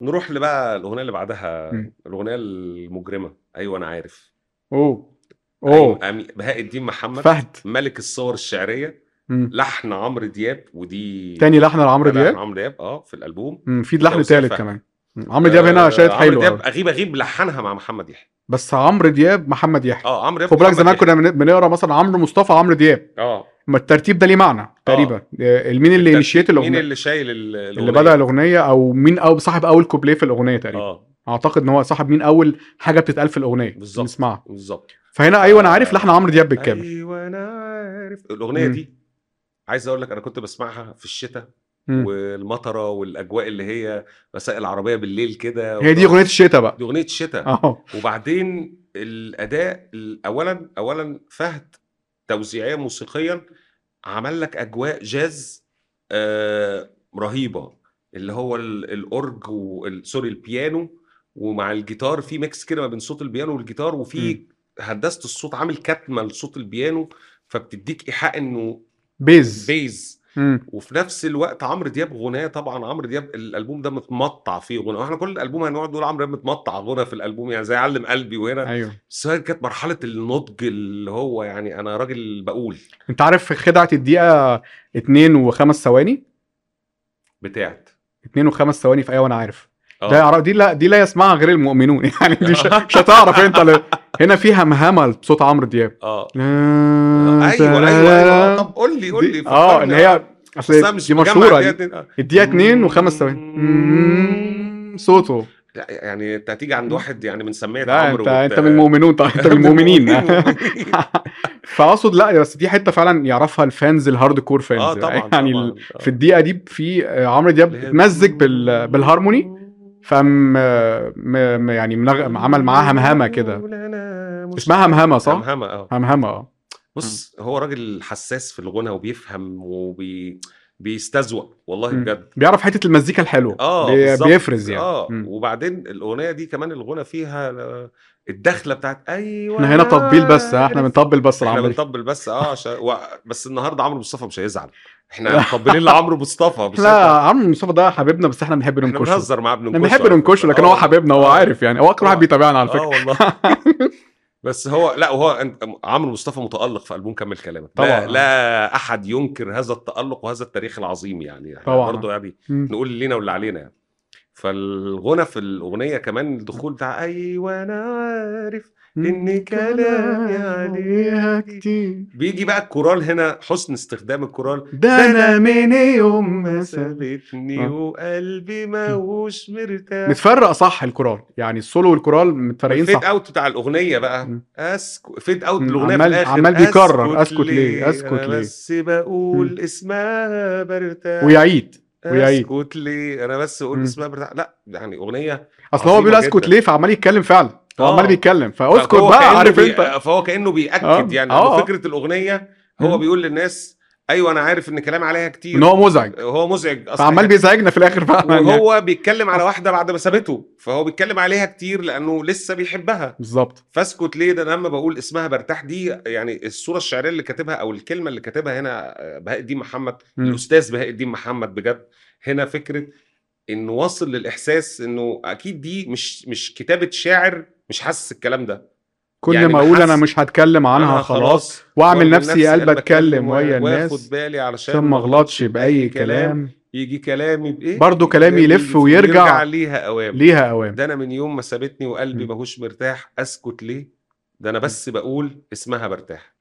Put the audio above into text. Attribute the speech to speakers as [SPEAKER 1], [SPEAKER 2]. [SPEAKER 1] نروح ل بقى الأغنية اللي بعدها،
[SPEAKER 2] إمم.
[SPEAKER 1] الأغنية المُجرمة، أيوه أنا عارف.
[SPEAKER 2] أوه!
[SPEAKER 1] أيوه
[SPEAKER 2] أوه!
[SPEAKER 1] أمي بهاء الدين محمد،
[SPEAKER 2] فهد.
[SPEAKER 1] ملك الصور الشعرية،
[SPEAKER 2] إمم.
[SPEAKER 1] لحن عمرو دياب ودي
[SPEAKER 2] تاني لحن لعمرو
[SPEAKER 1] ده لحن
[SPEAKER 2] دياب؟
[SPEAKER 1] عمرو دياب آه، في الألبوم
[SPEAKER 2] إمم، في لحن
[SPEAKER 1] لتوسيع
[SPEAKER 2] تالت
[SPEAKER 1] فهمي.
[SPEAKER 2] كمان. إمم، عمرو دياب هنا
[SPEAKER 1] آآ
[SPEAKER 2] شايط
[SPEAKER 1] آه، عمرو
[SPEAKER 2] حلو
[SPEAKER 1] دياب
[SPEAKER 2] أوي.
[SPEAKER 1] أغيب أغيب لحنها مع محمد يحيى.
[SPEAKER 2] بس عمرو دياب، محمد يحيى.
[SPEAKER 1] آه، عمرو
[SPEAKER 2] خُد
[SPEAKER 1] دياب
[SPEAKER 2] بالك
[SPEAKER 1] محمد
[SPEAKER 2] زمان
[SPEAKER 1] يحيى.
[SPEAKER 2] كنا بن بنقرا مثلًا عمرو مصطفى، عمرو دياب،
[SPEAKER 1] آه.
[SPEAKER 2] ما الترتيب ده ليه معنى تقريبًا، آآ ال مين اللي initiate
[SPEAKER 1] بالترتيب آه. مين
[SPEAKER 2] الأغنية؟
[SPEAKER 1] اللي شايل ال
[SPEAKER 2] اللي بدأ
[SPEAKER 1] الأغنية؟
[SPEAKER 2] الأغنية أو مين أو صاحب أول كوبليه في الأغنية تقريبًا.
[SPEAKER 1] آه.
[SPEAKER 2] أعتقد إن هو صاحب مين أول حاجة بتتقال في الأغنية،
[SPEAKER 1] بالضبط،
[SPEAKER 2] بنسمعها.
[SPEAKER 1] بالضبط.
[SPEAKER 2] فهنا أيوه أنا عارف لحن عمرو دياب بالكامل.
[SPEAKER 1] أيوه أنا عارف، الأغنية
[SPEAKER 2] إمم.
[SPEAKER 1] دي عايز أقول لك أنا كنت باسمعها في الشتا
[SPEAKER 2] إمم.
[SPEAKER 1] والمطرة والأجواء اللي هي مساء العربية بالليل كده
[SPEAKER 2] هي دي
[SPEAKER 1] وتقعد
[SPEAKER 2] أغنية الشتا بقى.
[SPEAKER 1] دي أغنية شتا،
[SPEAKER 2] آه.
[SPEAKER 1] وبعدين الأداء ال أولًا أولًا فهد توزيعيًا موسيقيًا عمل لك أجواء جاز آآ رهيبة، اللي هو ال الأورج وال sorry البيانو ومع الجيتار في mix كده ما بين صوت البيانو والجيتار
[SPEAKER 2] إمم.
[SPEAKER 1] وفي هندسة الصوت عامل كتمة لصوت البيانو، فبتدّيك إيحاء إنه
[SPEAKER 2] بيز.
[SPEAKER 1] bass
[SPEAKER 2] إمم.
[SPEAKER 1] وفي نفس الوقت عمرو دياب غناه طبعًا عمرو دياب الألبوم ده متمطّع فيه غُنى، وإحنا كل الألبوم هنقعد نقول عمرو دياب متمطّع غُنى في الألبوم يعني زي علِّم قلبي وهنا،
[SPEAKER 2] أيوه.
[SPEAKER 1] بس هي كانت مرحلة النضج اللي هو يعني أنا راجل باقول.
[SPEAKER 2] أنت عارف خِدعة الدقيقة 2 و5 ثواني؟
[SPEAKER 1] بتاعة
[SPEAKER 2] 2 و5 ثواني في أيوه أنا عارف. ده
[SPEAKER 1] آه.
[SPEAKER 2] يعر دي لا دي لا يسمعها غير المؤمنون يعني دي مش مش هتعرف أنت ل هنا في همهمة بصوت عمرو دياب.
[SPEAKER 1] آه.
[SPEAKER 2] لا
[SPEAKER 1] أيوه، أيوه، أيوه، آه، طب قُل لي، قُل
[SPEAKER 2] دي
[SPEAKER 1] لي
[SPEAKER 2] آه،
[SPEAKER 1] فكّرني
[SPEAKER 2] إن هي
[SPEAKER 1] أصل أنا
[SPEAKER 2] أصل
[SPEAKER 1] مش
[SPEAKER 2] دي
[SPEAKER 1] مجمّع
[SPEAKER 2] مشهورة
[SPEAKER 1] الدقيقة
[SPEAKER 2] دي.
[SPEAKER 1] 2 آه.
[SPEAKER 2] الدقيقة 2 و5 ثواني. صوته.
[SPEAKER 1] لأ يعني أنت هتيجي عند
[SPEAKER 2] إمم.
[SPEAKER 1] واحد يعني من سمّية
[SPEAKER 2] لأ
[SPEAKER 1] عمرو آه،
[SPEAKER 2] أنت
[SPEAKER 1] وت
[SPEAKER 2] أنت من المؤمنون طبعًا، أنت من
[SPEAKER 1] من
[SPEAKER 2] المؤمنين.
[SPEAKER 1] المؤمنين.
[SPEAKER 2] فأقصد لأ بس دي حتة فعلًا يعرفها الfans الhardcore
[SPEAKER 1] آه
[SPEAKER 2] fans
[SPEAKER 1] طبعًا،
[SPEAKER 2] يعني ال
[SPEAKER 1] طبعًا،
[SPEAKER 2] في
[SPEAKER 1] آه.
[SPEAKER 2] الدقيقة دي في آآ عمرو دياب
[SPEAKER 1] اللي هي
[SPEAKER 2] اتمزّج بال بالهارموني فقام م م يعني منغ عمل معاها همهمة كده. اسمها همهمة صح؟
[SPEAKER 1] همهمة آه.
[SPEAKER 2] همهمة آه. إمم.
[SPEAKER 1] بُص، هو راجل حسّاس في الغُنى وبيفهم وبي بيستذوق والله
[SPEAKER 2] إمم.
[SPEAKER 1] بجد.
[SPEAKER 2] بيعرف حتة المزيكا الحلوة،
[SPEAKER 1] آه
[SPEAKER 2] بي
[SPEAKER 1] بالضبط،
[SPEAKER 2] بيفرز يعني.
[SPEAKER 1] آه،
[SPEAKER 2] إمم.
[SPEAKER 1] وبعدين الأغنية دي كمان الغُنى فيها ل الدخلة بتاعة أيوه
[SPEAKER 2] إحنا
[SPEAKER 1] أنا
[SPEAKER 2] هنا تطبيل بس، آه، إحنا
[SPEAKER 1] عارف.
[SPEAKER 2] بنطبّل بس
[SPEAKER 1] إحنا
[SPEAKER 2] لعمرو دياب.
[SPEAKER 1] بنطبّل بس آه عشان و بس النهارده عمرو مصطفى مش هيزعل، إحنا مطبّلين لعمرو مصطفى مش
[SPEAKER 2] لا
[SPEAKER 1] هيزعل.
[SPEAKER 2] عمرو مصطفى ده حبيبنا بس إحنا بنحب
[SPEAKER 1] إحنا
[SPEAKER 2] ننكشه.
[SPEAKER 1] بنهزّر معاه
[SPEAKER 2] إحنا
[SPEAKER 1] بننكشه
[SPEAKER 2] بنحب
[SPEAKER 1] على
[SPEAKER 2] ننكشه
[SPEAKER 1] فكرة،
[SPEAKER 2] لكن
[SPEAKER 1] آه
[SPEAKER 2] هو
[SPEAKER 1] والله،
[SPEAKER 2] حبيبنا هو
[SPEAKER 1] آه.
[SPEAKER 2] عارف يعني، هو أكتر واحد
[SPEAKER 1] آه،
[SPEAKER 2] بيتابعنا على
[SPEAKER 1] آه
[SPEAKER 2] فكرة.
[SPEAKER 1] والله. بس هو لأ وهو أنت م عمرو مصطفى متألق في ألبوم كمّل كلامك،
[SPEAKER 2] طبعًا،
[SPEAKER 1] لا
[SPEAKER 2] آه.
[SPEAKER 1] لا أحد ينكر هذا التألق وهذا التاريخ العظيم يعني، إحنا
[SPEAKER 2] طبعًا، آه.
[SPEAKER 1] برضه يعني
[SPEAKER 2] إمم.
[SPEAKER 1] نقول اللي لينا واللي علينا يعني. فالغُنى في الأغنية كمان الدخول بتاع أيوه أنا عارف إن
[SPEAKER 2] إن يعني
[SPEAKER 1] كلامي
[SPEAKER 2] كلامي
[SPEAKER 1] عليها
[SPEAKER 2] عليها
[SPEAKER 1] كتير
[SPEAKER 2] كتير.
[SPEAKER 1] بييجي بقى الكورال هنا حُسن استخدام الكورال،
[SPEAKER 2] ده
[SPEAKER 1] ده أنا
[SPEAKER 2] أنا من يوم
[SPEAKER 1] يوم
[SPEAKER 2] ما
[SPEAKER 1] ما
[SPEAKER 2] ساب
[SPEAKER 1] سابتني
[SPEAKER 2] آه.
[SPEAKER 1] وقلبي
[SPEAKER 2] إمم.
[SPEAKER 1] ماهوش مرتاح.
[SPEAKER 2] متفرّق صح الكورال، يعني السولو والكورال متفرّقين
[SPEAKER 1] والfade
[SPEAKER 2] صح.
[SPEAKER 1] out بتاع الأغنية بقى،
[SPEAKER 2] إمم.
[SPEAKER 1] أسك fade out
[SPEAKER 2] إمم،
[SPEAKER 1] الأغنية في
[SPEAKER 2] عمّال
[SPEAKER 1] الآخر
[SPEAKER 2] عمّال بيكرّر
[SPEAKER 1] أسكت
[SPEAKER 2] أسكت ليه،
[SPEAKER 1] ليه
[SPEAKER 2] أسكت
[SPEAKER 1] أنا
[SPEAKER 2] ليه.
[SPEAKER 1] بس
[SPEAKER 2] إمم.
[SPEAKER 1] باقول اسمها بارتاح،
[SPEAKER 2] ويعيد، ويعيد.
[SPEAKER 1] أسكت ليه أنا بس باقول
[SPEAKER 2] إمم.
[SPEAKER 1] اسمها بارتاح، لأ يعني أغنية
[SPEAKER 2] أصل هو بيقول
[SPEAKER 1] عظيمة
[SPEAKER 2] أسكت
[SPEAKER 1] جدًا.
[SPEAKER 2] ليه فعمّال يتكلم فعلًا، هو عمّال
[SPEAKER 1] آه،
[SPEAKER 2] بيتكلم فأسكت
[SPEAKER 1] فهو
[SPEAKER 2] بقى
[SPEAKER 1] كأنه
[SPEAKER 2] عارف
[SPEAKER 1] بي
[SPEAKER 2] أنت.
[SPEAKER 1] فهو كأنه بيأكد
[SPEAKER 2] آه،
[SPEAKER 1] يعني إنه
[SPEAKER 2] آه، آه.
[SPEAKER 1] فكرة الأغنية هو
[SPEAKER 2] إمم.
[SPEAKER 1] بيقول للناس أيوه أنا عارف إن كلامي عليها
[SPEAKER 2] إن
[SPEAKER 1] كتير،
[SPEAKER 2] هو مزعج.
[SPEAKER 1] هو مزعج أصل
[SPEAKER 2] فعمّال
[SPEAKER 1] إحنا
[SPEAKER 2] بيزعجنا في الآخر فعلًا يعني.
[SPEAKER 1] وهو بيتكلم على
[SPEAKER 2] آه.
[SPEAKER 1] واحدة بعد ما سابته، فهو بيتكلم عليها كتير لأنه لسه بيحبها،
[SPEAKER 2] بالضبط.
[SPEAKER 1] فأسكت ليه ده أنا لمّا باقول اسمها بارتاح دي يعني الصورة الشعرية اللي كاتبها أو الكلمة اللي كاتبها هنا آه، بهاء الدين محمد،
[SPEAKER 2] إمم.
[SPEAKER 1] الأستاذ بهاء الدين محمد بجد، هنا فكرة إنه واصل للإحساس إنه أكيد دي مش مش كتابة شاعر مش حاسس الكلام ده،
[SPEAKER 2] كل
[SPEAKER 1] يعني
[SPEAKER 2] ما
[SPEAKER 1] ما
[SPEAKER 2] أقول أنا
[SPEAKER 1] حس
[SPEAKER 2] مش هاتكلم عنها
[SPEAKER 1] عنها
[SPEAKER 2] خلاص،
[SPEAKER 1] خلاص
[SPEAKER 2] وأعمل
[SPEAKER 1] واعمل
[SPEAKER 2] نفسي
[SPEAKER 1] نفسي
[SPEAKER 2] قلبي
[SPEAKER 1] قلبي أتكلم
[SPEAKER 2] أتكلم
[SPEAKER 1] و
[SPEAKER 2] ويا
[SPEAKER 1] وآخد
[SPEAKER 2] الناس
[SPEAKER 1] بالي علشان
[SPEAKER 2] عشان ما
[SPEAKER 1] ما
[SPEAKER 2] أغلطش
[SPEAKER 1] أغلطش
[SPEAKER 2] بأي
[SPEAKER 1] بأي كلام،
[SPEAKER 2] كلام.
[SPEAKER 1] ييجي كلامي بإيه
[SPEAKER 2] برضه كلامي
[SPEAKER 1] كلامي
[SPEAKER 2] يلف
[SPEAKER 1] يلف ويرجع
[SPEAKER 2] ويرجع
[SPEAKER 1] ليها أوام،
[SPEAKER 2] ليها أوام.
[SPEAKER 1] ده أنا من يوم ما سابتني وقلبي
[SPEAKER 2] إمم.
[SPEAKER 1] ماهوش مرتاح، أسكت ليه ده أنا
[SPEAKER 2] إمم.
[SPEAKER 1] بس باقول اسمها بارتاح.